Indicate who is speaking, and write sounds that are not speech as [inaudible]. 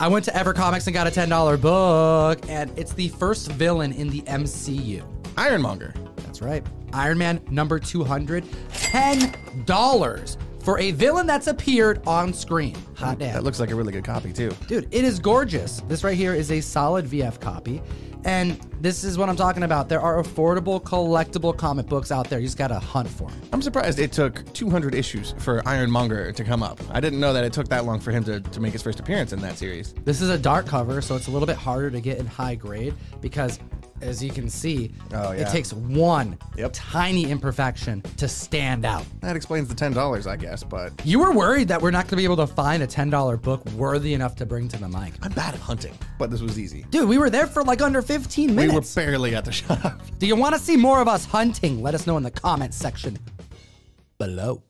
Speaker 1: I went to EverComics and got a ten dollar book, and it's the first villain in the MCU.
Speaker 2: Ironmonger.
Speaker 1: That's right. Iron Man number 200. $10 for a villain that's appeared on screen. Hot damn.
Speaker 2: That looks like a really good copy too.
Speaker 1: Dude, it is gorgeous. This right here is a solid VF copy. And this is what I'm talking about. There are affordable, collectible comic books out there. You just gotta hunt for them.
Speaker 2: I'm surprised it took 200 issues for Ironmonger to come up. I didn't know that it took that long for him to, to make his first appearance in that series.
Speaker 1: This is a dark cover, so it's a little bit harder to get in high grade because, as you can see,
Speaker 2: Oh,
Speaker 1: it
Speaker 2: yeah.
Speaker 1: takes one
Speaker 2: Yep.
Speaker 1: tiny imperfection to stand out.
Speaker 2: That explains the $10, I guess, but
Speaker 1: You were worried that we're not gonna be able to find a $10 book worthy enough to bring to the mic.
Speaker 2: I'm bad at hunting. But this was easy.
Speaker 1: Dude, we were there for like under 15
Speaker 2: We were
Speaker 1: minutes.
Speaker 2: barely at the [laughs] shop.
Speaker 1: Do you want to see more of us hunting? Let us know in the comments section below.